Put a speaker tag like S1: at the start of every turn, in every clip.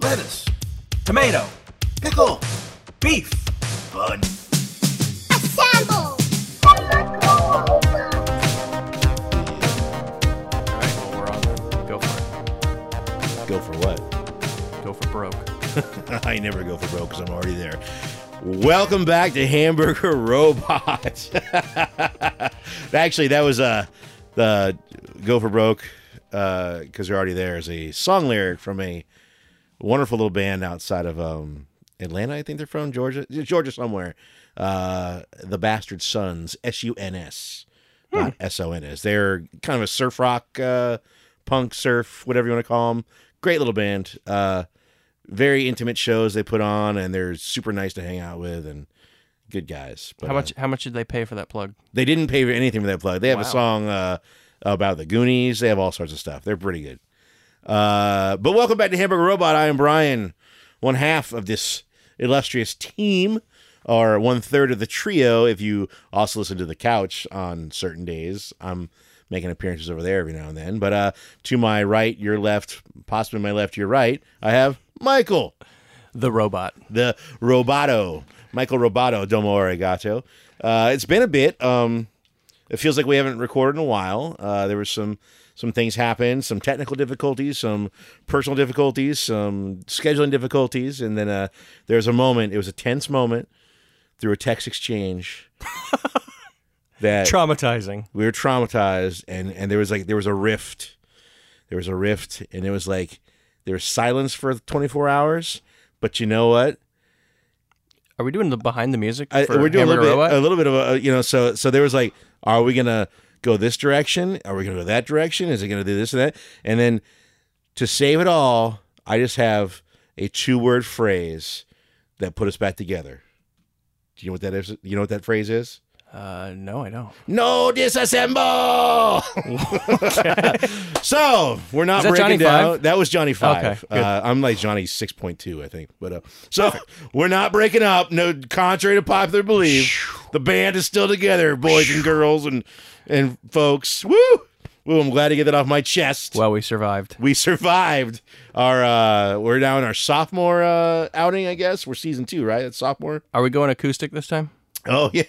S1: lettuce,
S2: tomato,
S1: pickle,
S2: beef,
S1: bun.
S3: Assemble!
S4: All right, well, we're on. then. Go for
S1: Go for what?
S4: it. Go for broke.
S1: I never go for broke because I'm already there. Welcome back to Hamburger Robots. Actually, that was uh, the Go for Broke because you're already there is a song lyric from a wonderful little band outside of um, Atlanta. I think they're from Georgia, Georgia somewhere. Uh, the Bastard Sons, S U N S, not S O N S. They're kind of a surf rock, uh, punk surf, whatever you want to call them. Great little band. Uh, very intimate shows they put on, and they're super nice to hang out with and good guys. But,
S4: How
S1: uh,
S4: much? How much did they pay for that plug?
S1: they didn't pay for anything for that plug. They have a
S4: Wow.
S1: song uh, about the Goonies. They have all sorts of stuff. They're pretty good. Uh, but welcome back to Hamburger Robot. I am Brian, one half of this illustrious team, or one third of the trio. If you also listen to the couch on certain days, I'm making appearances over there every now and then. But uh, to my right, your left, possibly my left, your right, I have Michael
S4: The robot.
S1: the Roboto, Michael Roboto, Domo Arigato. Uh, it's been a bit. Um, it feels like we haven't recorded in a while. Uh, there were some some things happened, some technical difficulties, some personal difficulties, some scheduling difficulties, and then uh, there was a moment. It was a tense moment through a text exchange that
S4: Traumatizing.
S1: we were traumatized and and there was like there was a rift there was a rift and it was like there was silence for 24 hours but you know what
S4: Are we doing the behind the music?
S1: I,
S4: for
S1: we're doing a
S4: Hamburger
S1: little bit
S4: robot?
S1: a little bit of a uh, you know so so there was like are we gonna go this direction are we gonna go that direction is it gonna do this and that and then to save it all i just have a two word phrase that put us back together do you know what that is you know what that phrase is
S4: uh, no, I don't.
S1: no disassemble. so we're not
S4: Is that
S1: breaking
S4: Johnny
S1: down.
S4: Five?
S1: That was Johnny Five.
S4: Okay, good.
S1: uh, I'm like Johnny Six Point Two, I think. But uh, so we're not breaking up. No, contrary to popular belief, the band is still together, boys and girls and and folks. Woo! Woo! I'm glad to get that off my chest.
S4: Well, we survived.
S1: we survived our. uh We're now in our sophomore uh outing, I guess. We're season two, right? It's sophomore.
S4: Are we going acoustic this time?
S1: Oh yeah.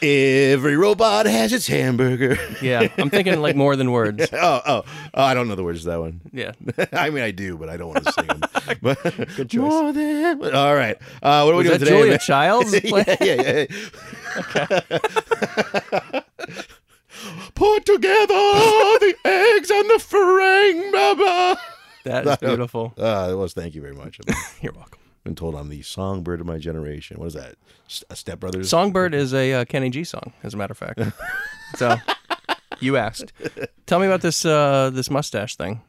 S1: Every robot has its hamburger.
S4: Yeah, I'm thinking like more than words.
S1: Oh, oh, oh! I don't know the words to that one.
S4: Yeah.
S1: I mean, I do, but I don't want to sing them. But good choice. More than, all right. Uh, what are we
S4: Was
S1: doing
S4: that Julia
S1: today? man?
S4: Childs?
S1: yeah, yeah, yeah. Put together the eggs and the frying baba.
S4: That is beautiful.
S1: Uh, it was. Thank you very much. I've
S4: You're welcome.
S1: been told I'm the songbird of my generation. What is that? S- A Step Brothers?
S4: Songbird is a uh, Kenny G song, as a matter of fact. so, you asked. Tell me about this uh, this mustache thing.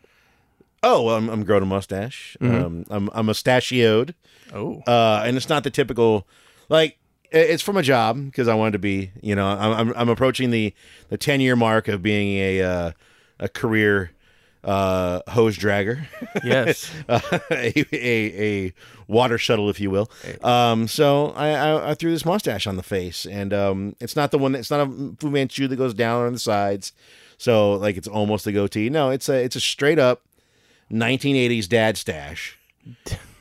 S1: Oh, well, I'm, I'm growing a mustache. Um, I'm I'm mustachioed,
S4: Oh,
S1: uh, and it's not the typical. Like i- it's from a job because I wanted to be. You know, I'm I'm, I'm approaching the the ten year mark of being a uh, a career uh, hose dragger,
S4: yes.
S1: uh, a, a a water shuttle, if you will. Um, so I, I I threw this mustache on the face, and um, it's not the one. That, it's not a Fu Manchu that goes down on the sides. So like it's almost a goatee. No, it's a it's a straight up 1980s dad stash.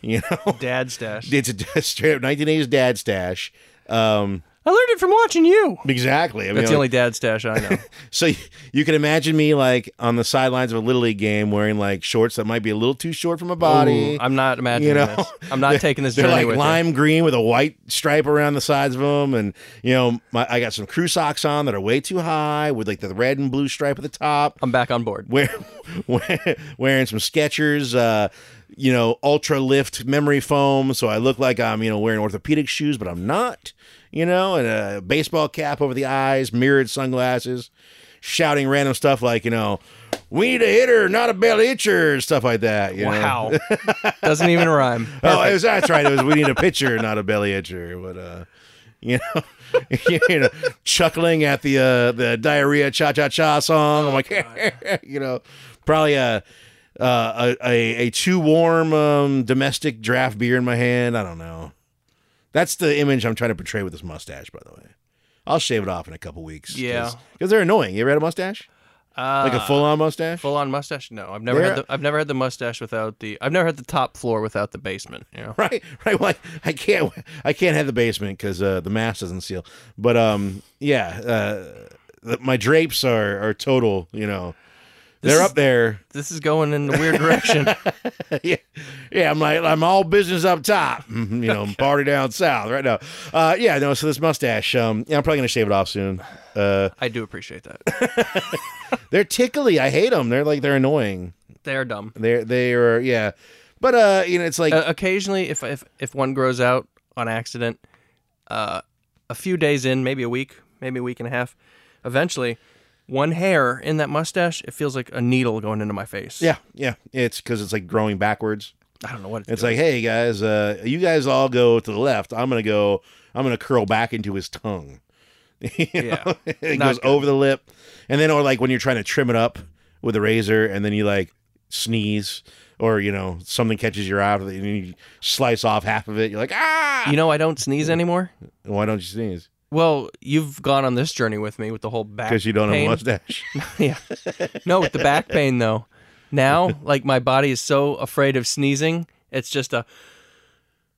S1: You know,
S4: Dad stash.
S1: it's a straight up 1980s dad stash. Um,
S4: I learned it from watching you.
S1: exactly. I mean,
S4: That's the only dad stash I know.
S1: so y- you can imagine me like on the sidelines of a little league game wearing like shorts that might be a little too short for my body.
S4: Ooh, I'm not imagining
S1: you know,
S4: this. I'm not taking this
S1: They're
S4: journey
S1: like
S4: with
S1: lime green with a white stripe around the sides of them, and you know, my, I got some crew socks on that are way too high with like the red and blue stripe at the top.
S4: you. I'm back on board.
S1: wear, wear, wearing some Skechers, uh, you know, ultra lift memory foam, so I look like I'm you know wearing orthopedic shoes, but I'm not. You know, and a baseball cap over the eyes, mirrored sunglasses, shouting random stuff like you know, we need a hitter, not a belly itcher, stuff like that. You know?
S4: Wow. Doesn't even rhyme.
S1: Oh, it was, that's right. It was we need a pitcher, not a belly itcher. But uh, you know, you know, chuckling at the uh, the diarrhea cha cha cha song. I'm
S4: Oh,
S1: like, you know, probably a uh, a, a a too warm um, domestic draft beer in my hand. I don't know. That's the image I'm trying to portray with this mustache. By the way, I'll shave it off in a couple weeks.
S4: Yeah.
S1: because they're annoying. You ever had a mustache?
S4: Uh,
S1: like a full on mustache?
S4: full on mustache? No, I've never had
S1: There-
S4: the, I've never had the mustache without the I've never had the top floor without the basement. You know?
S1: right, right. Well, I, I can't, I can't have the basement because uh, the mask doesn't seal. But um, yeah, uh, the, my drapes are are total. You know,
S4: This
S1: they're
S4: is-
S1: up there.
S4: This is going in a weird direction.
S1: yeah, yeah. I'm like, I'm all business up top. Mhm, You know, I'm party down south right now. Uh, yeah, no. So this mustache, um, yeah, I'm probably gonna shave it off soon. Uh,
S4: I do appreciate that.
S1: they're tickly. I hate them. They're like they're annoying.
S4: They are dumb.
S1: They're they are yeah. But uh, you know, it's like
S4: Uh, occasionally, if if if one grows out on accident, uh, a few days in, maybe a week, maybe a week and a half, eventually, one hair in that mustache, it feels like a needle going into my face.
S1: yeah, yeah. It's because it's like growing backwards.
S4: I don't know what it's.
S1: It's like, hey guys, uh, you guys all go to the left. I'm gonna go. I'm gonna curl back into his tongue. You
S4: Yeah.
S1: know? it
S4: Not
S1: goes over the lip, and then or like when you're trying to trim it up with a razor, and then you like sneeze, or you know something catches your eye, and then you slice off half of it. You're like, ah.
S4: you know, I don't sneeze anymore.
S1: Why don't you sneeze?
S4: Well, you've gone on this journey with me with the whole back
S1: Because you don't
S4: pain.
S1: have a mustache.
S4: yeah. No, with the back pain though. Now, like my body is so afraid of sneezing, it's just a.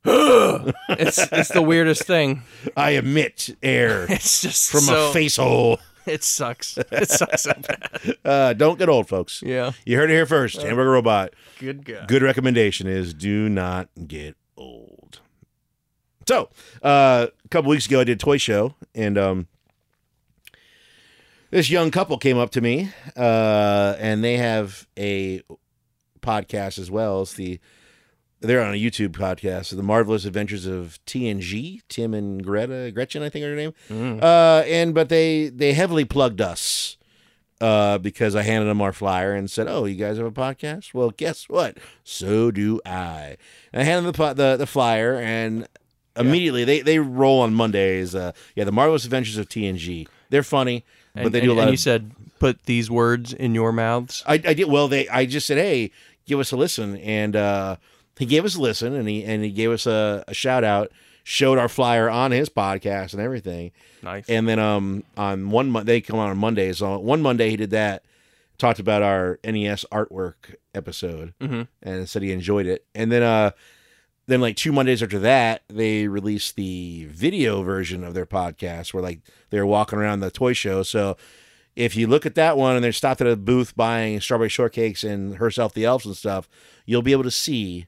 S4: it's it's the weirdest thing.
S1: I emit air
S4: It's just
S1: from
S4: so,
S1: a face hole.
S4: It sucks. It sucks so bad.
S1: Uh, don't get old, folks.
S4: Yeah. Uh,
S1: You heard it here first. Hamburger Robot.
S4: Good God.
S1: good recommendation is do not get old. So, uh, a couple weeks ago, I did a toy show, and um, this young couple came up to me, uh, and they have a podcast as well. It's the they're on a YouTube podcast, so the marvelous adventures of TNG, Tim and Greta, Gretchen, I think are her name.
S4: Mm-hmm.
S1: Uh, and but they they heavily plugged us uh, because I handed them our flyer and said, "Oh, you guys have a podcast? Well, guess what? So do I." And I handed them the po- the, the flyer, and immediately they they roll on Mondays. Uh, yeah, the Marvelous Adventures of TNG. They're funny,
S4: And,
S1: but they
S4: and,
S1: do a lot.
S4: and
S1: of,
S4: you said put these words in your mouths.
S1: I, I did well. They I just said, "Hey, give us a listen," and uh, he gave us a listen, and he and he gave us a, a shout out, showed our flyer on his podcast and everything.
S4: Nice.
S1: And then um on one Mon- they come out on Mondays. On one Monday he did that, talked about our NES artwork episode,
S4: Mhm.
S1: and said he enjoyed it. And then uh then like two Mondays after that they released the video version of their podcast where like they were walking around the toy show. So if you look at that one and they're stopped at a booth buying strawberry shortcakes and herself the elves and stuff, you'll be able to see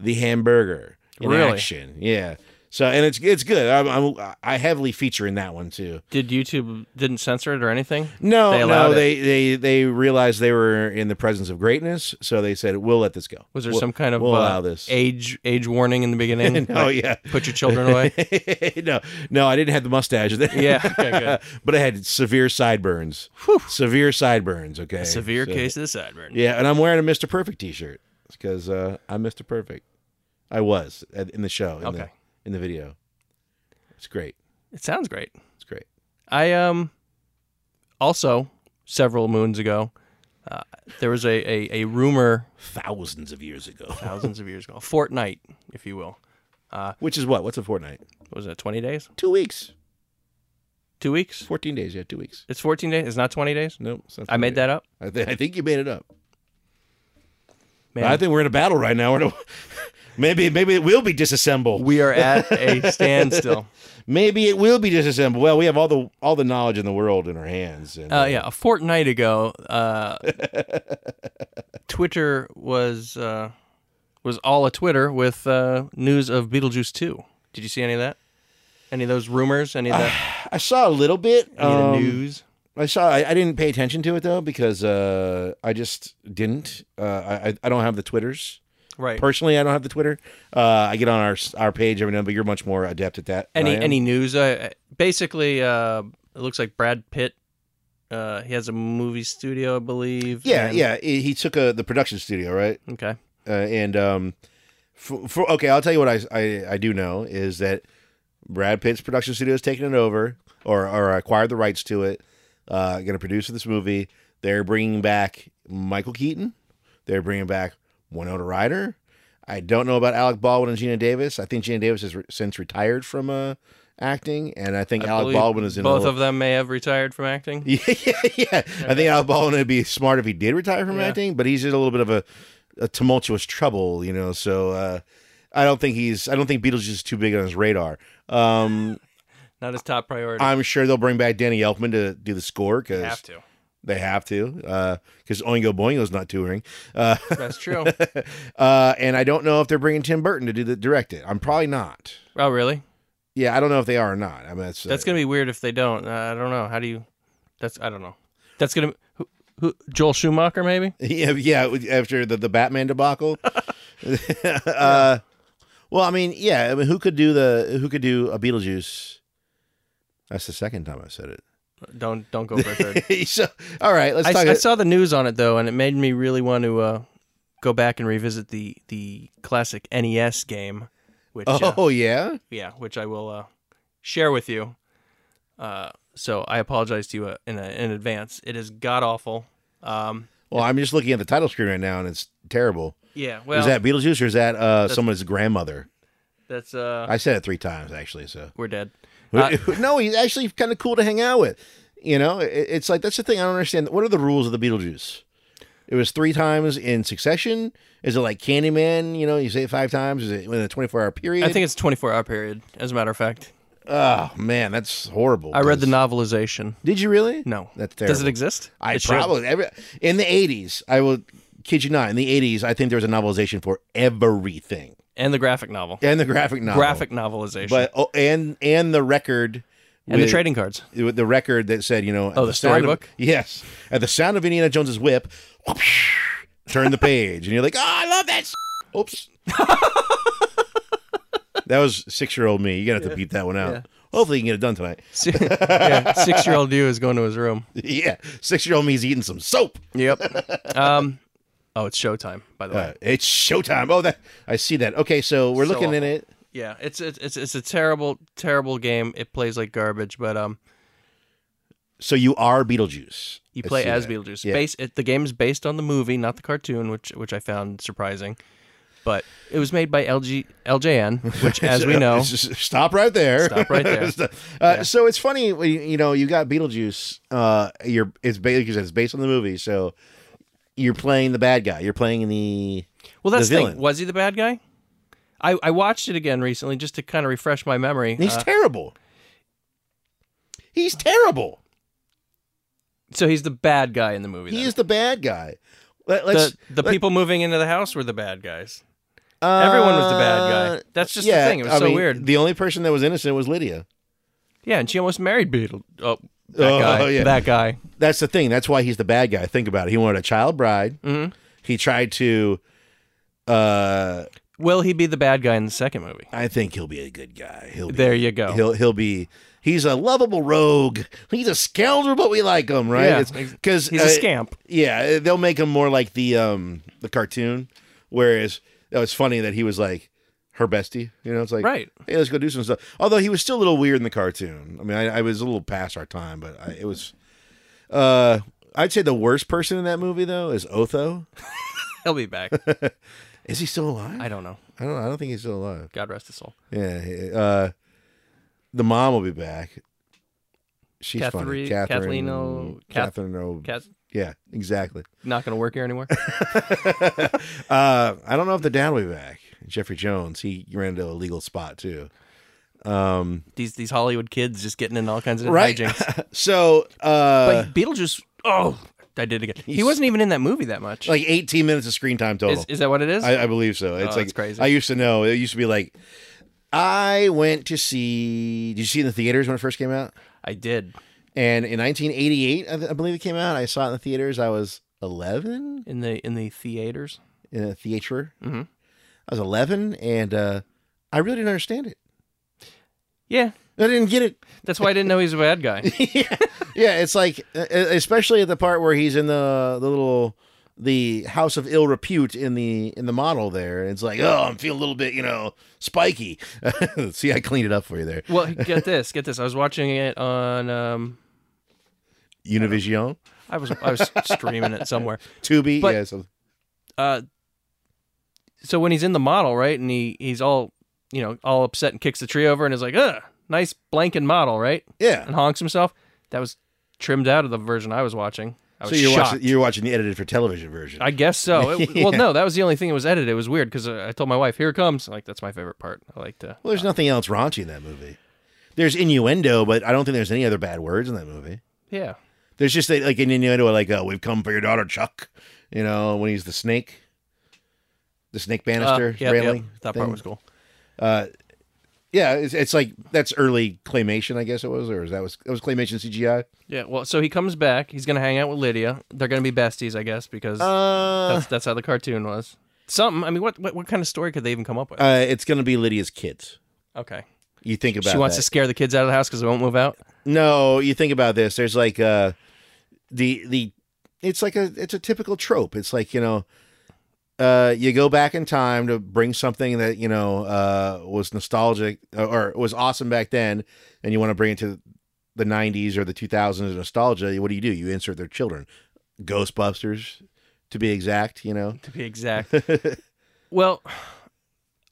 S1: the hamburger in
S4: Really?
S1: action. Yeah. So and it's it's good. I'm, I'm I heavily feature in that one too.
S4: Did YouTube didn't censor it or anything?
S1: No,
S4: They allowed
S1: no,
S4: it.
S1: they they they realized they were in the presence of greatness, so they said we'll let this go.
S4: Was there
S1: We'll-
S4: some kind of
S1: we'll
S4: uh,
S1: allow this?
S4: age age warning in the beginning?
S1: no, yeah,
S4: Put your children away.
S1: no, no, I didn't have the mustache.
S4: Yeah, okay, good.
S1: but I had severe sideburns. Severe sideburns. Okay,
S4: Severe
S1: So-
S4: case of the sideburn.
S1: Yeah, and I'm wearing a Mr. Perfect T-shirt because uh, I'm Mr. Perfect. I was at, in the show. In The,
S4: Okay.
S1: in the video, it's great.
S4: It sounds great.
S1: It's great.
S4: I um also several moons ago uh, there was a, a, a rumor
S1: Thousands of years ago.
S4: thousands of years ago Fortnite if you will Uh,
S1: Which is what? What's a fortnight?
S4: What was it 20 days
S1: Two weeks.
S4: two weeks
S1: Fourteen days. Yeah, two weeks.
S4: it's 14 days it's not 20 days
S1: Nope. it's not
S4: I made
S1: 28.
S4: that up
S1: I, th- I think you made it up.
S4: man
S1: I think we're in a battle right now. We're in a- maybe maybe it will be disassembled.
S4: we are at a standstill
S1: Maybe it will be disassembled. Well, we have all the all the knowledge in the world in our hands. And,
S4: uh, yeah a fortnight ago uh, Twitter was uh, was all a Twitter with uh, news of Beetlejuice 2 did you see any of that any of those rumors any of that
S1: I saw a little bit.
S4: any of the
S1: um,
S4: news
S1: I saw. I, I didn't pay attention to it though because uh, I just didn't. Uh, I I- I don't have the twitters
S4: right
S1: personally. I don't have the Twitter. Uh, I get on our s- our page every now and then, but you're much more adept at that. than
S4: any
S1: I am.
S4: any news uh, basically uh it looks like brad pitt uh he has a movie studio i believe
S1: Yeah,
S4: and-
S1: yeah. He he took a, the production studio, right?
S4: okay
S1: uh, and um, for, for okay, I'll tell you what I, I I do know is that Brad Pitt's production studio has taken it over or or acquired the rights to it. Uh, going to produce this movie. They're bringing back Michael Keaton. They're bringing back Winona Ryder. I don't know about Alec Baldwin and Gina Davis. I think Gina Davis has re- since retired from uh, acting, and I think
S4: I
S1: Alec
S4: believe
S1: Baldwin is in
S4: Both
S1: a,
S4: of them may have retired from acting.
S1: Yeah, yeah, yeah. I think Alec Baldwin would be smart if he did retire from
S4: Yeah.
S1: acting, but he's in a little bit of a, a tumultuous trouble, you know. So uh, I don't think he's. I don't think Beetlejuice is too big on his radar. Um,
S4: Not his top priority.
S1: I'm sure they'll bring back Danny Elfman to do the score because
S4: have to.
S1: they have to. Because Oingo Boingo's not touring, uh,
S4: That's true.
S1: uh, and I don't know if they're bringing Tim Burton to do the direct it. I'm probably not.
S4: oh, really?
S1: Yeah, I don't know if they are or not. I mean, that's, uh,
S4: That's gonna be weird if they don't. Uh, I don't know. How do you? That's I don't know. That's gonna who, who, Joel Schumacher maybe.
S1: Yeah, yeah. After the, the Batman debacle. uh, well, I mean, yeah. I mean, who could do the who could do a Beetlejuice? That's the second time I said
S4: Don't don't go for a third.
S1: it. so, all right, let's
S4: I,
S1: talk.
S4: I saw the news on it though, and it made me really want to uh, go back and revisit the the classic NES game, which uh,
S1: oh yeah,
S4: yeah, which I will uh, share with you. Uh, so I apologize to you uh, in, in advance. It is god awful. Um,
S1: Well, I'm just looking at the title screen right now, and it's terrible.
S4: yeah, well,
S1: is that Beetlejuice or is that uh, someone's grandmother?
S4: that's uh,
S1: I said it three times actually. So
S4: we're dead. Uh,
S1: no, he's actually kind of cool to hang out with. You know, it, it's like that's the thing I don't understand. What are the rules of the Beetlejuice? It was three times in succession. Is it like Candyman? You know, you say it five times. Is it in a twenty-four hour period?
S4: I think it's 24 hour period. As a matter of fact,
S1: Oh man, that's horrible.
S4: I read the
S1: 'cause-
S4: novelization.
S1: Did you really?
S4: No,
S1: that's terrible.
S4: does it exist?
S1: I
S4: It should.
S1: probably every, in the eighties. I will kid you not. In the eighties, I think there was a novelization for everything
S4: and the graphic novel,
S1: and the graphic novel,
S4: graphic novelization,
S1: but oh, and and the record
S4: and the
S1: with-
S4: trading cards.
S1: with the record that said, you know, at
S4: Oh, the
S1: sound of-
S4: storybook?
S1: yes, at the sound of Indiana Jones's whip, turn the page, and you're like, oh, I love that. s-" Oops. that was six year old me. You're gonna have to beat that one out. Hopefully, you can get it done tonight.
S4: yeah, six year old you is going to his room.
S1: yeah, six year old me's eating some soap.
S4: Yep. Um, oh, it's showtime, by the way.
S1: Uh, it's showtime. Oh, that I see that. Okay, so we're
S4: So
S1: looking in
S4: awful.
S1: it.
S4: Yeah, it's it's it's it's a terrible terrible game. It plays like garbage, but um,
S1: So you are Beetlejuice.
S4: you
S1: I
S4: play
S1: see
S4: as
S1: that.
S4: Beetlejuice.
S1: Yeah.
S4: Base it, the game is based on the movie, not the cartoon, which which I found surprising. But it was made by LG LJN, which, as we know,
S1: Just stop right there.
S4: Stop right there.
S1: uh, So it's funny, when you you know, you got Beetlejuice. Uh, you're it's basically it's based on the movie, so you're playing the bad guy. You're playing the
S4: well, that's
S1: the
S4: the thing.
S1: villain.
S4: Was he the bad guy? I, I watched it again recently just to kind of refresh my memory.
S1: he's
S4: Uh,
S1: terrible. He's terrible.
S4: so he's the bad guy in the movie.
S1: He
S4: then.
S1: is the bad guy. Let, us
S4: the the people moving into the house were the bad guys. Everyone was the bad guy. That's just the
S1: uh, yeah,
S4: thing. It was
S1: I
S4: so
S1: mean,
S4: weird.
S1: The only person that was innocent was Lydia.
S4: Yeah, and she almost married Beetle. Oh, that
S1: Oh,
S4: guy.
S1: yeah.
S4: That guy.
S1: That's the thing. That's why he's the bad guy. Think about it. He wanted a child bride.
S4: Mhm.
S1: He tried to. Uh,
S4: Will he be the bad guy in the second movie?
S1: I think he'll be a good guy. He'll be
S4: There you go.
S1: he'll he'll be he's a lovable rogue. He's a scoundrel, but we like him, right?
S4: Yeah,
S1: It's- cause
S4: He's
S1: uh,
S4: a scamp.
S1: Yeah, they'll make him more like the um the cartoon. Whereas it was funny that he was like her bestie. You know, it's like
S4: Right.
S1: Hey, let's go do some stuff. Although he was still a little weird in the cartoon. I mean, I, I was a little past our time, but I, it was. Uh, I'd say the worst person in that movie though is Otho.
S4: He'll be back.
S1: Is he still alive?
S4: I don't know.
S1: I don't. I don't think he's still alive.
S4: God rest his soul.
S1: Yeah. he- Uh, the mom will be back. She's funny.
S4: Catherine-
S1: Catherine.
S4: Kathleen O- Kath-
S1: Catherine. O-
S4: Cat's
S1: yeah, exactly.
S4: not going to work here anymore.
S1: Uh, I don't know if the dad will be back. Jeffrey Jones. He ran into a legal spot too.
S4: these these Hollywood kids just getting in all kinds of
S1: Right.
S4: hijinks.
S1: So, uh,
S4: But Beetlejuice. Oh, I did it again. He wasn't even in that movie that much.
S1: like 18 minutes of screen time total.
S4: is, is that what it is?
S1: I, I believe so. It's
S4: that's
S1: like
S4: crazy.
S1: I used to know. It used to be like. I went to see. Did you see it in the theaters when it first came out?
S4: I did
S1: And in 1988, I, th- I believe it came out. I saw it in the theaters. I was 11.
S4: in the in the theaters.
S1: in a theater.
S4: Mm-hmm.
S1: I was 11, and uh, I really didn't understand it.
S4: Yeah,
S1: I didn't get it.
S4: that's why I didn't know he was a bad guy.
S1: yeah. yeah, it's like, uh, especially at the part where he's in the the little the house of ill repute in the in the model there. It's like, oh, I'm feeling a little bit, you know, spiky. See, I cleaned it up for you there.
S4: Well, get this, get this. I was watching it on. Um,
S1: Univision,
S4: I was I was streaming it somewhere.
S1: Tubi,
S4: But-
S1: yeah. So,
S4: Uh, so when he's in the model, right, and he he's all you know all upset and kicks the tree over and is like, "Ugh, nice blank and model, right?
S1: Yeah.
S4: And honks himself. That was trimmed out of the version I was watching. I was
S1: so you're
S4: shocked.
S1: watching, you're watching the edited for television version.
S4: I guess so. It- Well, no, that was the only thing that was edited. It was weird because I told my wife, "Here it comes." I'm like that's my favorite part. I like to.
S1: well, there's nothing else raunchy in that movie. There's innuendo, but I don't think there's any other bad words in that movie.
S4: Yeah.
S1: There's just like an innuendo, like uh, "We've come for your daughter, Chuck." You know, when he's the snake, the snake
S4: Uh,
S1: banister
S4: yep,
S1: railing.
S4: yep. That part
S1: thing.
S4: was cool.
S1: Yeah, it's, it's like that's early claymation, I guess it was, or is that was that was claymation CGI?
S4: Yeah. Well, so he comes back. He's gonna hang out with Lydia. They're gonna be besties, I guess, because
S1: Uh,
S4: that's that's how the cartoon was. Something. I mean, what what, what kind of story could they even come up with?
S1: uh, it's gonna be Lydia's kids.
S4: okay.
S1: You think about
S4: She wants to
S1: that.
S4: scare the kids out of the house because they won't move out.
S1: No, you think about this. There's like uh, the the it's like a it's a typical trope. It's like you know. Uh, you go back in time to bring something that you know uh, was nostalgic or, or was awesome back then, and you want to bring it to the '90s or the 2000s nostalgia. What do you do? You insert their children, Ghostbusters, to be exact. You know,
S4: To be exact. well,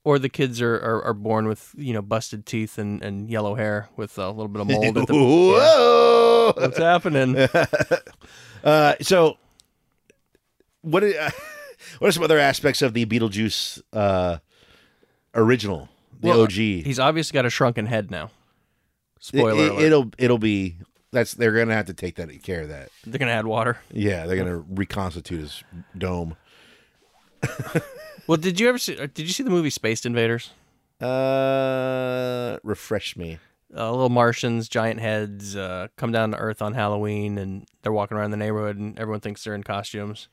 S4: or the kids are, are, are born with you know busted teeth and, and yellow hair with a little bit of mold. at the, Yeah.
S1: Whoa!
S4: What's happening?
S1: Uh, so, what are, what are some other aspects of the Beetlejuice uh, original, the
S4: Well,
S1: OG?
S4: He's obviously got a shrunken head now.
S1: It-
S4: Spoiler
S1: it,
S4: alert.
S1: will it'll be that's they're gonna have to take that care of that.
S4: They're gonna add water.
S1: Yeah, they're gonna reconstitute his dome.
S4: Well, did you ever see? uh, Did you see the movie Space Invaders?
S1: Uh, refresh me.
S4: Uh, little Martians, giant heads, uh, come down to Earth on Halloween, and they're walking around the neighborhood, and everyone thinks they're in costumes.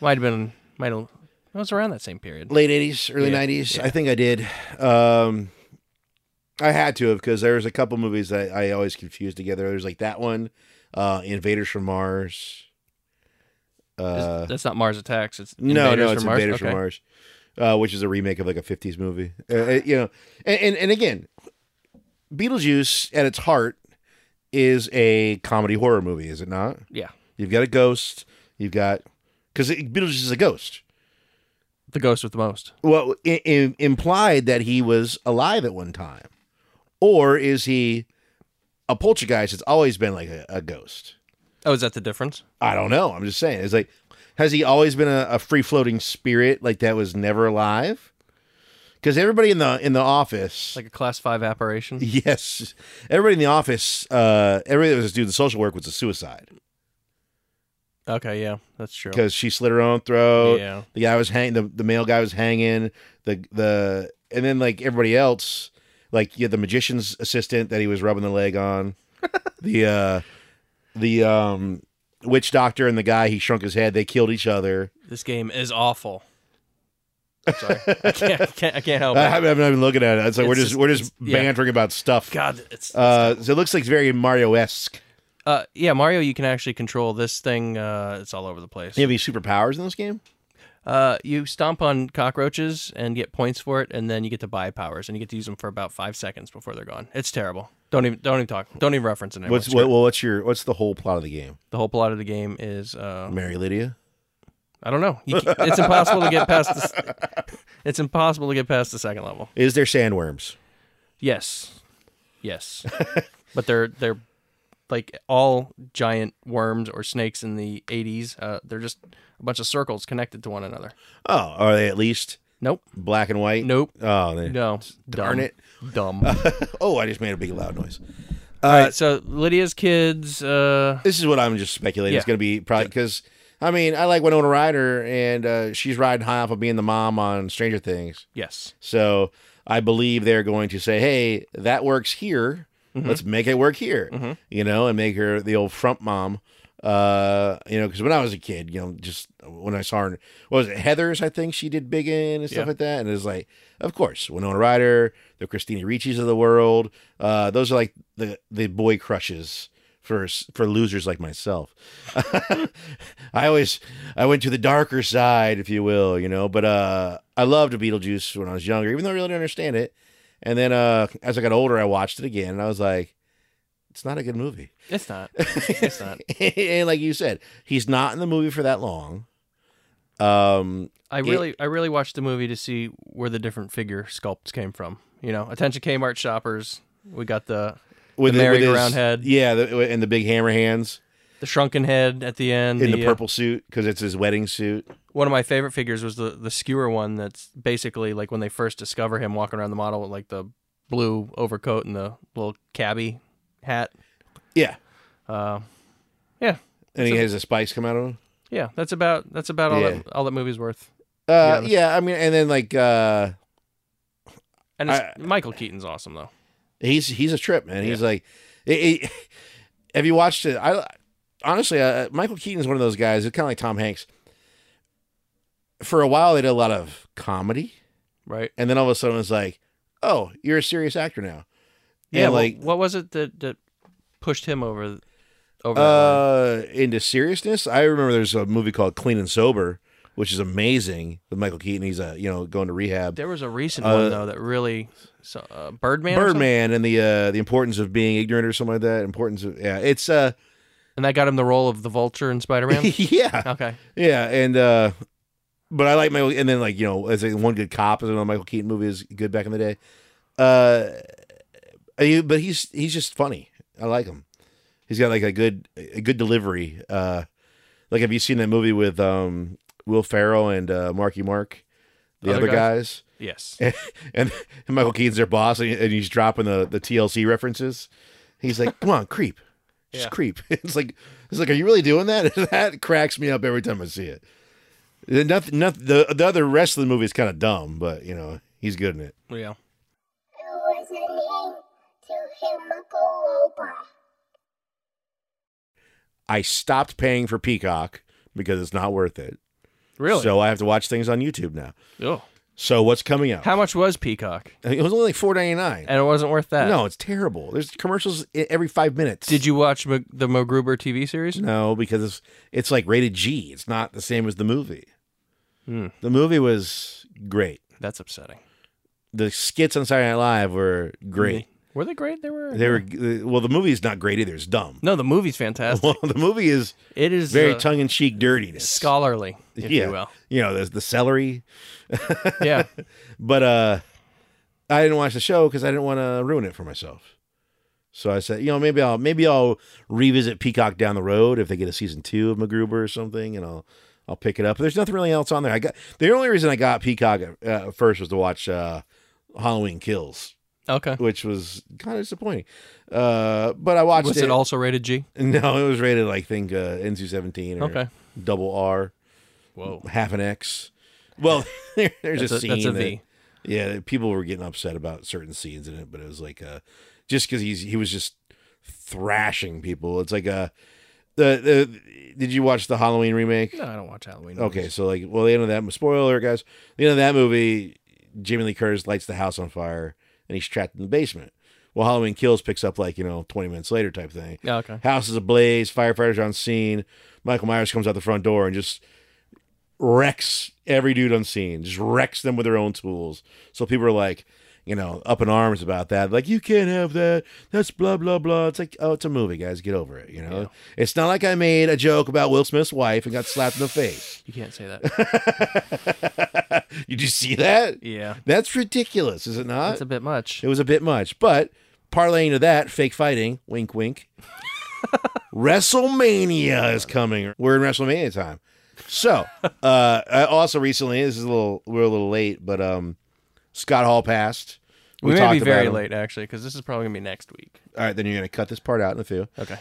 S4: Might have been, might have. It was around that same period.
S1: Late eighties, early
S4: Yeah,
S1: nineties.
S4: yeah.
S1: I think I did. Um, I had to have because there was a couple movies that I always confused together. There's like that one, uh, Invaders from Mars.
S4: Is-
S1: Uh,
S4: That's not Mars Attacks. It's
S1: No,
S4: Invaders
S1: no, it's
S4: from Mars.
S1: Invaders
S4: Okay.
S1: from Mars, uh, which is a remake of like a '50s movie. Uh, uh, you know, and, and and again, Beetlejuice at its heart is a comedy horror movie, is it not?
S4: Yeah,
S1: You've got a ghost. You've got because Beetlejuice is a ghost.
S4: the ghost with the most.
S1: Well, i i implied that he was alive at one time, or is he a poltergeist? It's always been like a, a ghost.
S4: Oh, is that the difference?
S1: I don't know. I'm just saying. It's like, has he always been a, a free floating spirit like that was never alive? Because everybody in the in the office,
S4: Like a class five apparition.
S1: yes, everybody in the office, uh, everybody that was doing the social work was a suicide
S4: Okay, yeah, that's true.
S1: because she slit her own throat.
S4: Yeah.
S1: The guy was hang the, the male guy was hanging the the and then like everybody else, like you had the magician's assistant that he was rubbing the leg on, the uh, the um, witch doctor and the guy he shrunk his head. They killed each other.
S4: This game is awful. Sorry, I can't, I can't, I can't help
S1: I
S4: it.
S1: haven't, I haven't even looking at it. It's like we're
S4: It's
S1: just,
S4: just-
S1: we're just
S4: it's- yeah.
S1: bantering about stuff.
S4: God, it's
S1: Uh, so it looks like it's very Mario esque.
S4: Uh, yeah, Mario, you can actually control this thing. Uh, it's all over the place.
S1: You have any superpowers in this game?
S4: Uh, you stomp on cockroaches and get points for it, and then you get to buy powers, and you get to use them for about five seconds before they're gone. It's terrible. Don't even don't even talk. Don't even reference it. Anymore.
S1: What's
S4: It's
S1: what,
S4: great.
S1: well, what's your what's the whole plot of the game?
S4: the whole plot of the game is? Uh,
S1: Mary Lydia.
S4: I don't know. You, ca- it's impossible to get past. This, it's impossible to get past the second level.
S1: Is there sandworms?
S4: Yes, yes, but they're they're like all giant worms or snakes in the '80s. Uh, they're just a bunch of circles connected to one another.
S1: Oh, are they at least
S4: Nope.
S1: black and white?
S4: Nope.
S1: Oh, they,
S4: No.
S1: darn
S4: dumb.
S1: it.
S4: Dumb.
S1: oh, I just made a big loud noise.
S4: All right, so Lydia's kids. Uh,
S1: This is what I'm just speculating. It's
S4: Yeah.
S1: going to be probably because I mean I like Winona Ryder and uh, she's riding high off of being the mom on Stranger Things.
S4: yes.
S1: So I believe they're going to say, "Hey, that works here. Let's make it work here." You know, and make her the old front mom. Uh, you know, because when I was a kid, you know, just when I saw her, in- what was it, Heather's? I think she did big in and stuff
S4: Yeah.
S1: like that. And it's like, of course, Winona Ryder, the Christina Ricci's of the world. Uh, those are like the the boy crushes. For, s- for losers like myself, I always I went to the darker side, if you will, you know. But uh, I loved Beetlejuice when I was younger, even though I really didn't understand it. And then uh, as I got older, I watched it again, and I was like, "It's not a good movie."
S4: It's not. It's not.
S1: and like you said, he's not in the movie for that long. Um,
S4: I really, I really watched the movie to see where the different figure sculpts came from. You know, attention Kmart shoppers. We got the
S1: With
S4: The
S1: with
S4: merry-go-round head.
S1: Yeah, the, and the big hammer hands
S4: the shrunken head at the end.
S1: in the,
S4: the, uh,
S1: purple suit because it's his wedding suit.
S4: one of my favorite figures was the the skewer one. That's basically like when they first discover him walking around the model with like the blue overcoat and the little cabbie hat.
S1: Yeah,
S4: Uh, yeah,
S1: and he has the spikes come out of him.
S4: yeah. That's about that's about all
S1: Yeah.
S4: that all that movie's worth.
S1: Uh, yeah,
S4: Yeah.
S1: I mean, and then like uh,
S4: And it's, Michael Keaton's awesome though.
S1: he's he's a trip, man. He's like, it, it- have you watched it? I honestly, uh, Michael Keaton's one of those guys. It's kind of like Tom Hanks. For a while, they did a lot of comedy,
S4: Right.
S1: and then all of a sudden, it's like, oh, you're a serious actor now.
S4: Yeah.
S1: And,
S4: well,
S1: like
S4: what was it that that pushed him over over that line?
S1: uh, into seriousness. I remember there's a movie called Clean and Sober, which is amazing with Michael Keaton. He's a you know going to rehab.
S4: There was a recent
S1: uh,
S4: one though that really so, uh, Birdman. or something?
S1: Birdman and the uh, the importance of being ignorant or something like that. Importance of yeah, it's uh
S4: and that got him the role of the Vulture in Spider Man.
S1: yeah
S4: okay.
S1: yeah and uh, but I like Michael and then like you know as a one good cop is another Michael Keaton movie is good back in the day. Uh, I- but he's he's just funny. I like him. He's got like a good a good delivery. Uh, like have you seen that movie with um Will Ferrell and uh, Marky Mark, the
S4: Other
S1: other
S4: guys?
S1: guys?
S4: Yes.
S1: Eh. and, and Michael Keaton's their boss, and, and he's dropping the, the TLC references. He's like, "Come on, creep, just
S4: Yeah.
S1: creep." It's like, it's like, are you really doing that? that cracks me up every time I see it. The- Nothing, nothing. The the other rest of the movie is kind of dumb, but you know he's good in it.
S4: yeah.
S3: There was a name to him a go by.
S1: I stopped paying for Peacock because it's not worth it.
S4: Really.
S1: So I have to watch things on YouTube now.
S4: oh.
S1: So what's coming out?
S4: How much was Peacock?
S1: I think it was only like four ninety nine.
S4: And it wasn't worth that.
S1: No, it's terrible. There's commercials i- every five minutes.
S4: Did you watch Mag- the MacGruber TV series?
S1: No, because it's, it's like rated G. It's not the same as the movie.
S4: Hmm.
S1: The movie was great.
S4: That's upsetting.
S1: The skits on Saturday Night Live were great.
S4: Were they great? They were.
S1: They were uh, well. The movie is not great either. It's dumb.
S4: No, the movie's fantastic.
S1: Well, the movie is
S4: It is
S1: very
S4: uh,
S1: tongue in cheek dirtiness.
S4: scholarly, if
S1: yeah,
S4: you will.
S1: you know, there's the celery.
S4: Yeah.
S1: But uh, I didn't watch the show because I didn't want to ruin it for myself. So I said, you know, maybe I'll maybe I'll revisit Peacock down the road if they get a season two of MacGruber or something, and I'll I'll pick it up. There's nothing really else on there. I got the only reason I got Peacock at, uh, at first was to watch uh, Halloween Kills,
S4: Okay.
S1: which was kind of disappointing. Uh, but I watched
S4: Was it also rated G?
S1: No, it was rated like I think uh, NC-17 or
S4: Okay.
S1: double R,
S4: Whoa.
S1: half an X. Well, there's
S4: That's
S1: a,
S4: a,
S1: scene
S4: that's a
S1: that-
S4: V.
S1: yeah, people were getting upset about certain scenes in it, but it was like uh just because he's he was just thrashing people. It's like uh the, the did you watch the Halloween remake?
S4: No, I don't watch Halloween.
S1: Okay,
S4: movies.
S1: so like well the end of that spoiler guys, the end of that movie, Jamie Lee Curtis lights the house on fire and he's trapped in the basement. Well, Halloween Kills picks up like you know twenty minutes later type thing.
S4: Yeah, okay.
S1: House is ablaze. Firefighters are on scene. Michael Myers comes out the front door and just wrecks every dude on scene. Just wrecks them with their own tools. So people are like, you know, up in arms about that. Like, you can't have that. That's blah blah blah. It's like, oh, it's a movie, guys. Get over it. You know, it's not like I made a joke about Will Smith's wife and got slapped in the face.
S4: You can't say that.
S1: Did you see that?
S4: yeah.
S1: That's ridiculous, is it not?
S4: That's a bit much.
S1: Uh, It was a bit much, but parlaying to that, fake fighting, wink, wink. WrestleMania is coming. We're in WrestleMania time. So, uh, I also recently, this is a little, we're a little late, but um, Scott Hall passed.
S4: We, may be
S1: talked about
S4: very
S1: him.
S4: late, actually, because this is probably going to be next week.
S1: All right, then you're going to cut this part out in a few.
S4: Okay.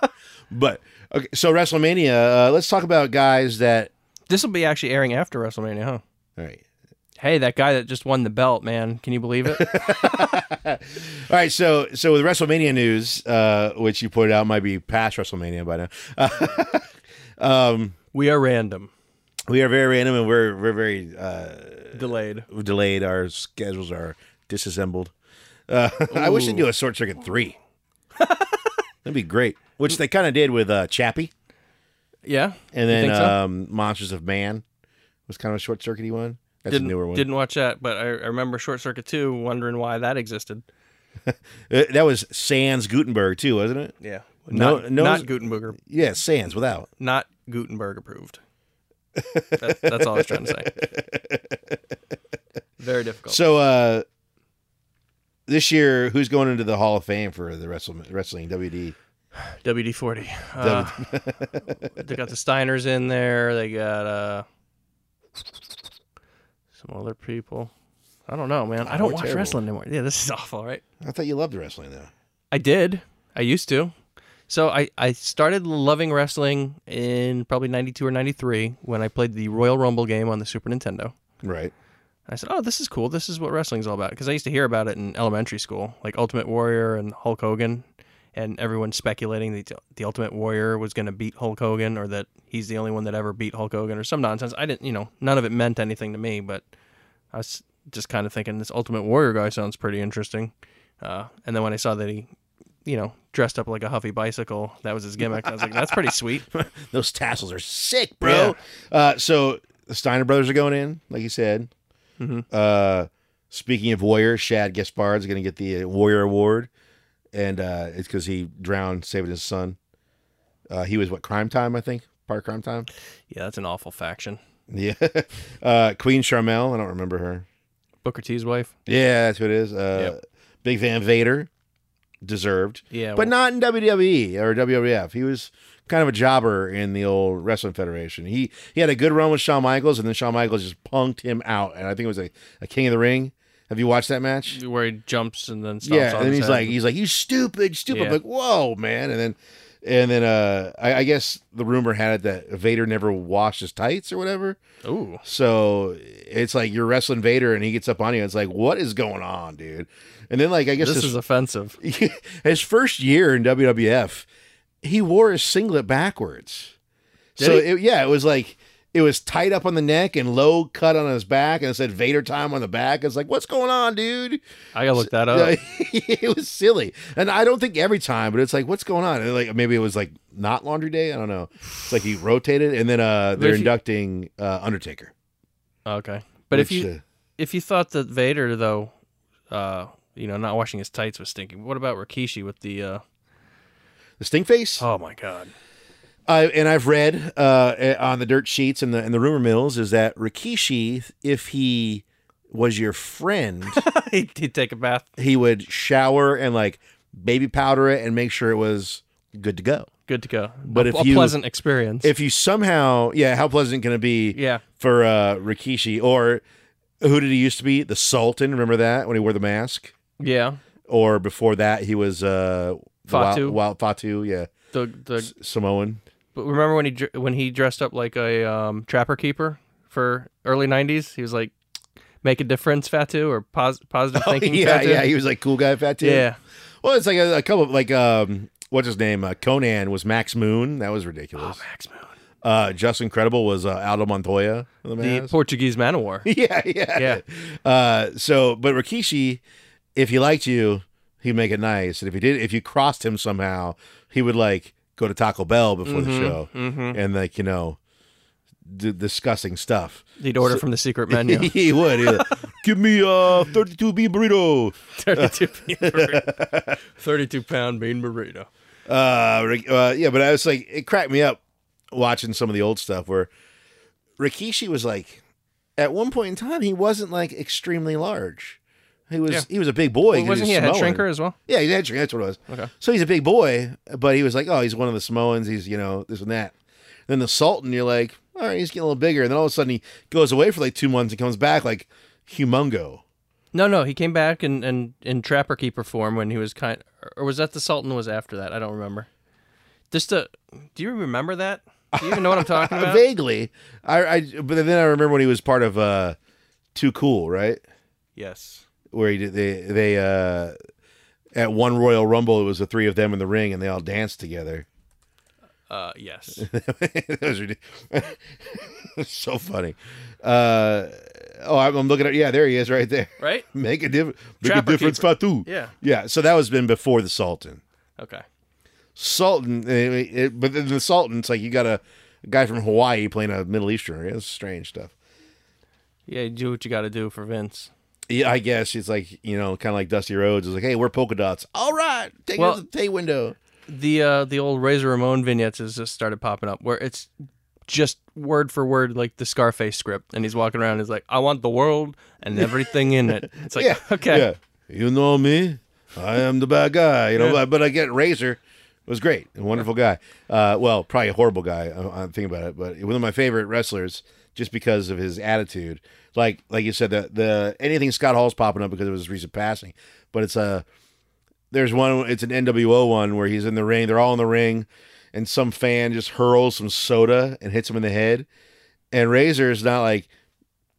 S1: But okay, so WrestleMania. Uh, let's talk about guys that.
S4: this will be actually airing after WrestleMania, huh?
S1: All right,
S4: Hey, that guy that just won the belt, man. Can you believe it?
S1: all right. So, so with WrestleMania news, uh, which you pointed out might be past WrestleMania by now. um,
S4: we are random.
S1: We are very random and we're we're very uh,
S4: Delayed.
S1: delayed. Our schedules are disassembled. Uh, I wish they'd do a short circuit three. That'd be great. Which they kind of did with uh, Chappie,
S4: Yeah.
S1: and then
S4: think so?
S1: um, Monsters of Man was kind of a short circuity one. That's
S4: didn't,
S1: a newer one.
S4: Didn't watch that, but I, I remember Short Circuit 2 wondering why that existed.
S1: Uh, that was Sans Gutenberg too, wasn't it?
S4: Yeah.
S1: No-
S4: Not,
S1: no-
S4: not Gutenberg,
S1: Yeah, Sans without.
S4: not Gutenberg approved. That, that's all I was Oh. trying to say. Very difficult.
S1: So uh, this year, who's going into the Hall of Fame for the wrestling, wrestling E? WD?
S4: WD forty. Uh, they got the Steiners in there. They got uh, some other people. I don't know, man. I don't
S1: we're
S4: watch
S1: terrible.
S4: wrestling anymore. Yeah, this is awful, right?
S1: I thought you loved wrestling, though.
S4: I did. I used to. So I, I started loving wrestling in probably 92 or 93 when I played the Royal Rumble game on the Super Nintendo.
S1: Right.
S4: I said, oh, this is cool. This is what wrestling's all about. Because I used to hear about it in elementary school, like Ultimate Warrior and Hulk Hogan, and everyone speculating that the Ultimate Warrior was going to beat Hulk Hogan or that he's the only one that ever beat Hulk Hogan or some nonsense. I didn't, you know, none of it meant anything to me, but I was just kind of thinking this Ultimate Warrior guy sounds pretty interesting. Uh, and then when I saw that he, you know, dressed up like a huffy bicycle, that was his gimmick. I was like, that's pretty sweet.
S1: Those tassels are sick, bro. Uh, so the Steiner brothers are going in, like you said.
S4: Mhm.
S1: Uh, speaking of Warrior, Shad Gaspard is going to get the uh, Warrior Award, and uh, it's because he drowned saving his son. Uh, he was what crime time, I think, part of crime time.
S4: Yeah, that's an awful faction.
S1: Yeah, uh, Queen Charmel. I don't remember her.
S4: Booker T's wife.
S1: Yeah, that's who it is. Uh, Big Van Vader deserved,
S4: Yeah.
S1: but not in WWE or WWF. He was kind of a jobber in the old wrestling federation. He he had a good run with Shawn Michaels, and then Shawn Michaels just punked him out. And I think it was a, a King of the Ring. Have you watched that match?
S4: where he jumps and then stomps
S1: yeah,
S4: on
S1: and then
S4: his
S1: he's
S4: head.
S1: like, he's like, you stupid, stupid.
S4: Yeah.
S1: Like, whoa, man. And then, and then, uh, I, I guess the rumor had it that Vader never washed his tights or whatever.
S4: Ooh.
S1: So it's like you're wrestling Vader, and he gets up on you. It's like, what is going on, dude? And then, like, I guess
S4: This
S1: his-
S4: is offensive.
S1: his first year in WWF, he wore his singlet backwards.
S4: Did
S1: so
S4: he?
S1: It, yeah, it was like it was tight up on the neck and low cut on his back, and it said Vader time on the back. It's like, what's going on, dude?
S4: I gotta look that up.
S1: it was silly, and I don't think every time, but it's like, what's going on? And like maybe it was like not laundry day. I don't know. It's like he rotated, and then uh, they're
S4: if you-
S1: inducting uh, Undertaker.
S4: Okay, but if
S1: which,
S4: you
S1: uh,
S4: if you thought that Vader though, uh, you know, not washing his tights was stinking. What about Rikishi with the? Uh,
S1: the stink face,
S4: oh my god,
S1: I and I've read uh, eh, on the dirt sheets and the and the rumor mills is that Rikishi, if he was your friend,
S4: he'd, he'd take a bath.
S1: he would shower and like baby powder it and make sure it was good to go.
S4: Good to go.
S1: But
S4: a,
S1: if
S4: a
S1: you-
S4: pleasant experience.
S1: If you somehow, yeah, how pleasant can it be
S4: yeah,
S1: for uh, Rikishi or who did he used to be? The Sultan, remember that when he wore the mask,
S4: yeah.
S1: or before that he was uh, the
S4: Fatu.
S1: Wild, Wild Fatu, yeah,
S4: The the
S1: S- Samoan.
S4: but remember when he dr- when he dressed up like a um, trapper keeper for early '90s. He was like, make a difference, Fatu, or pos- positive thinking.
S1: Oh, yeah,
S4: Fatu.
S1: yeah, he was like cool guy Fatu.
S4: yeah.
S1: Well, it's like a, a couple of like um, what's his name? Uh, Conan was Max Moon. That was
S4: Oh,
S1: ridiculous.
S4: Max Moon,
S1: Uh, Justin Credible was uh, Aldo Montoya. of
S4: the
S1: The Mask.
S4: Portuguese man of war.
S1: yeah, yeah,
S4: Yeah.
S1: Uh, so, but Rikishi, if he liked you, he'd make it nice, and if he did, if you crossed him somehow, he would like go to Taco Bell before the show
S4: hmm
S1: and like you know, d- discussing stuff.
S4: He'd order from the secret menu.
S1: he would. He'd like, Give me a thirty-two B burrito.
S4: 32 bean burrito. 32 pound bean burrito.
S1: Uh, Rick- uh, yeah, but I was like, it cracked me up watching some of the old stuff where Rikishi was like, at one point in time, he wasn't like extremely large. He was
S4: Yeah.
S1: he was a big boy. 'cause
S4: wasn't he
S1: was
S4: a head
S1: Samoan.
S4: shrinker as well?
S1: Yeah, he's a head shrinker. That's what it was.
S4: Okay.
S1: So he's a big boy, but he was like, oh, he's one of the Samoans. He's you know this and that. Then the Sultan, you're like, all right, he's getting a little bigger, and then all of a sudden he goes away for like two months and comes back like humongo.
S4: No, no, he came back in, in, in Trapper Keeper form when he was kind or was that the Sultan was after that? I don't remember. Just a, do you remember that? Do you even know what I'm talking about?
S1: Vaguely, I, I but then I remember when he was part of uh, Too Cool, right?
S4: yes.
S1: where he did, they they uh at one Royal Rumble it was the three of them in the ring and they all danced together.
S4: Uh, yes.
S1: That was ridic- so funny. Uh oh, I'm, I'm looking at yeah, there he is right there.
S4: Right?
S1: Make a difference. Make
S4: Trapper
S1: a difference,
S4: keeper.
S1: Fatu.
S4: Yeah.
S1: Yeah. So that was been before the Sultan.
S4: Okay.
S1: Sultan, eh, eh, but then the Sultan's like you got a, a guy from Hawaii playing a Middle Easterner. It's strange stuff.
S4: Yeah, you do what you got to do for Vince.
S1: Yeah, I guess it's like you know, kind of like Dusty Rhodes is like, hey, we're polka dots. All right, take
S4: Well-
S1: it to the tay window.
S4: The uh, the old Razor Ramon vignettes has just started popping up where it's just word for word like the Scarface script, and he's walking around. he's like, "I want the world and everything in it." It's like, okay,
S1: Yeah. you know me, I am the bad guy, you know. But, but I get Razor was great, a wonderful guy. Uh, well, probably a horrible guy. I- I'm thinking about it, but one of my favorite wrestlers just because of his attitude. Like like you said, the the anything Scott Hall's popping up because of his recent passing, but it's a there's one it's an NWO one where he's in the ring, they're all in the ring, and some fan just hurls some soda and hits him in the head. And Razor is not like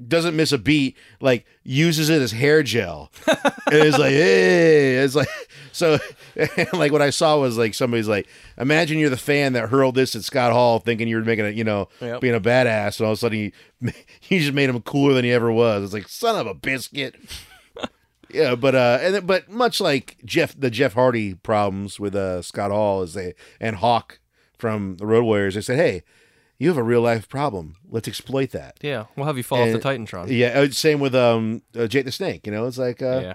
S1: doesn't miss a beat, like uses it as hair gel. and it's like, hey, it's like so and like what I saw was like somebody's like, imagine you're the fan that hurled this at Scott Hall thinking you were making it, you know,
S4: Yep.
S1: being a badass, and all of a sudden you, you just made him cooler than he ever was. It's like, son of a biscuit. Yeah, but uh, and then- but much like Jeff, the Jeff Hardy problems with uh Scott Hall is they and Hawk from the Road Warriors, they said, "Hey, you have a real life problem. Let's exploit that."
S4: Yeah, we'll have you fall off
S1: And-
S4: the Titantron.
S1: Yeah, uh, same with um uh, Jake the Snake. You know, it's like uh,
S4: yeah.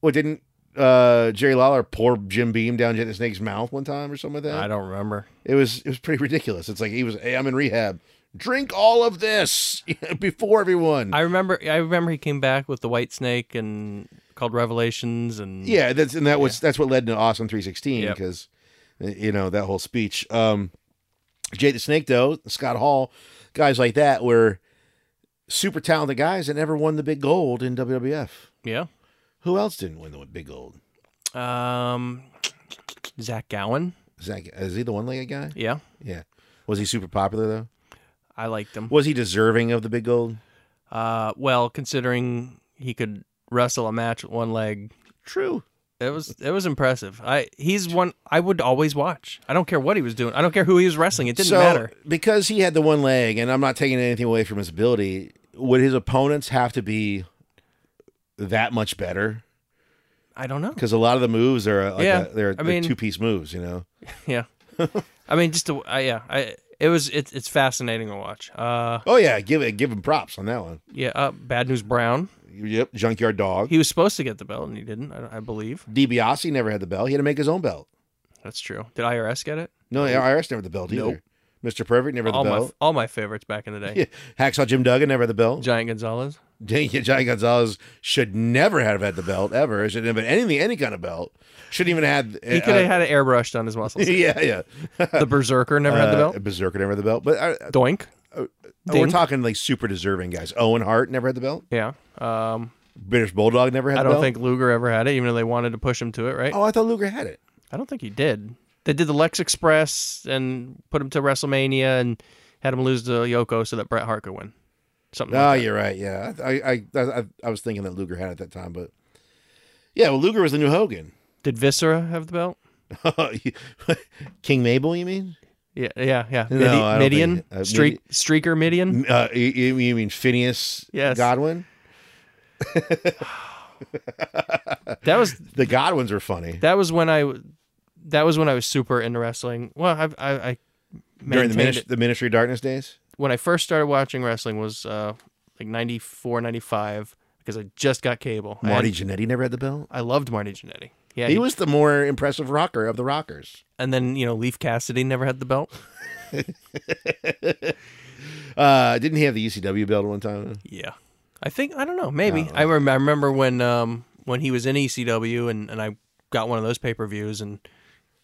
S1: what didn't uh Jerry Lawler pour Jim Beam down Jake the Snake's mouth one time or something like that?
S4: I don't remember.
S1: It was it was pretty ridiculous. It's like he was, "Hey, I'm in rehab. Drink all of this before everyone."
S4: I remember. I remember he came back with the White Snake and called Revelations and
S1: Yeah, that's and that was that's what led to Awesome 316
S4: Yep.
S1: because uh, you know that whole speech. Um Jade the Snake though, Scott Hall, guys like that were super talented guys that never won the big gold in WWF.
S4: yeah.
S1: Who else didn't win the big gold?
S4: Um, Zach Gowen.
S1: Zach, is he the one-legged guy?
S4: Yeah,
S1: Yeah. Was he super popular though?
S4: I liked him.
S1: Was he deserving of the big gold?
S4: Uh, well, considering he could wrestle a match with one leg,
S1: True.
S4: it was it was impressive. I he's one I would always watch. I don't care what he was doing. I don't care who he was wrestling. It didn't
S1: so,
S4: matter.
S1: Because he had the one leg, and I'm not taking anything away from his ability, would his opponents have to be that much better?
S4: I don't know.
S1: because a lot of the moves are like
S4: Yeah,
S1: a, they're,
S4: I mean-
S1: two piece moves, you know.
S4: Yeah, I mean, just to, I yeah, I it was it, it's fascinating to watch. Uh,
S1: Oh yeah, give it give him props on that one.
S4: yeah. Uh, Bad News Brown.
S1: Yep, Junkyard Dog.
S4: He was supposed to get the belt and he didn't. I, I believe
S1: DiBiase never had the belt. He had to make his own belt.
S4: that's true. Did IRS get it?
S1: No, the IRS never had the belt either.
S4: Nope.
S1: Mr. Perfect never had the
S4: all my
S1: belt.
S4: all my favorites back in the day.
S1: Yeah. Hacksaw Jim Duggan never had the belt.
S4: Giant Gonzalez.
S1: Dang it, Johnny Gonzalez should never have had the belt ever. It Shouldn't have been anything, any kind of belt. Shouldn't even have had. uh,
S4: He could have had it airbrushed on his muscles.
S1: Yeah, yeah.
S4: the Berserker never had the
S1: Uh,
S4: belt.
S1: Berserker never had the belt. But uh,
S4: Doink.
S1: we're
S4: Dink.
S1: talking like super deserving guys. Owen Hart never had the belt.
S4: Yeah. Um,
S1: British Bulldog never had
S4: I
S1: the
S4: don't
S1: belt.
S4: think Luger ever had it, even though they wanted to push him to it, right?
S1: Oh, I thought Luger had it.
S4: I don't think he did. They did the Lex Express and put him to WrestleMania and had him lose to Yoko so that Bret Hart could win. Something.
S1: Oh,
S4: like that.
S1: you're right. Yeah, I, I, I, I, I was thinking that Luger had it at that time, but yeah, well, Luger was the new Hogan.
S4: Did Viscera have the belt?
S1: King Mabel, you mean?
S4: Yeah, yeah, yeah.
S1: No,
S4: Midi-
S1: I don't
S4: Midian,
S1: think- uh,
S4: Streak, streaker Midian.
S1: Uh, you, you mean Phineas
S4: Yes.
S1: Godwin?
S4: That was
S1: The Godwins are funny
S4: that was when I that was when I was super into wrestling. Well, I I, I
S1: during the,
S4: maintained
S1: minis-
S4: it.
S1: the Ministry of Darkness days.
S4: when I first started watching wrestling was uh, like 94, 95, because I just got cable. I had-
S1: Marty Jannetty never had the belt.
S4: I loved Marty Jannetty. Yeah,
S1: He
S4: he-
S1: was the more impressive rocker of the rockers.
S4: and then you know Leaf Cassidy never had the belt.
S1: Uh, didn't he have the ECW belt at one time?
S4: Yeah, I think I don't know. Maybe I, rem- I remember when um when he was in ECW and and I got one of those pay per views and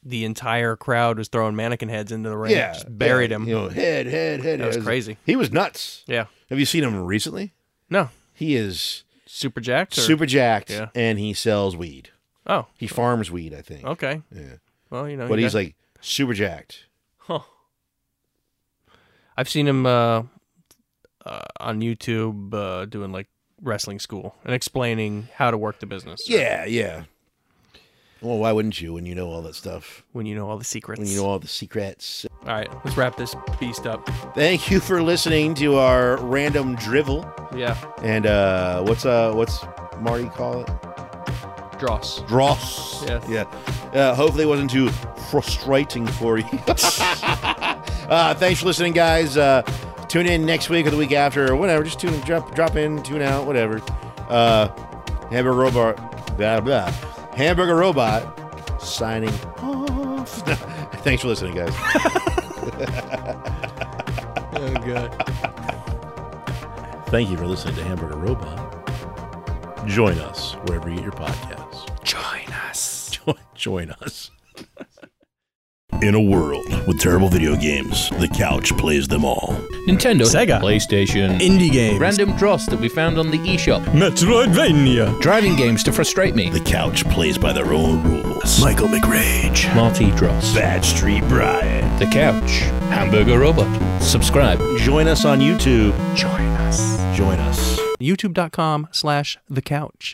S4: the entire crowd was throwing mannequin heads into the ring. just buried
S1: yeah,
S4: him.
S1: You know, head, head, head. That
S4: was crazy.
S1: He was nuts.
S4: Yeah,
S1: Have you seen him recently?
S4: no,
S1: He is
S4: super jacked. Or-
S1: super jacked,
S4: Yeah.
S1: and he sells weed.
S4: Oh,
S1: He farms weed, I think.
S4: okay.
S1: Yeah.
S4: Well, you know,
S1: But
S4: he
S1: he's
S4: got-
S1: like super jacked.
S4: I've seen him uh, uh, on YouTube uh, doing like wrestling school and explaining how to work the business.
S1: Yeah, yeah. Well, why wouldn't you when you know all that stuff?
S4: When you know all the secrets.
S1: When you know all the secrets.
S4: all right, let's wrap this beast up.
S1: Thank you for listening to our random drivel.
S4: Yeah,
S1: And uh what's uh what's Marty call it?
S4: dross.
S1: Dross.
S4: Yes.
S1: Yeah. Uh, hopefully it wasn't too frustrating for you. uh, thanks for listening, guys. Uh, tune in next week or the week after or whatever. Just tune drop drop in, tune out, whatever. Uh, hamburger robot blah blah. Hamburger robot signing off. thanks for listening, guys.
S4: Oh god.
S1: Thank you for listening to Hamburger Robot. Join us wherever you get your podcasts.
S4: Join us.
S1: Join, join us. In a world with terrible video games, the couch plays them all.
S2: Nintendo,
S4: Sega.
S2: PlayStation,
S4: Indie games.
S2: random dross that we found on the eShop,
S4: Metroidvania.
S2: driving games to frustrate me,
S1: The couch plays by their own rules. Michael McRage,
S2: Marty Dross,
S1: Bad Street Brian.
S2: The Couch, Hamburger Robot. Subscribe.
S1: Join us on YouTube. Join us. Join us.
S4: YouTube.com slash the couch.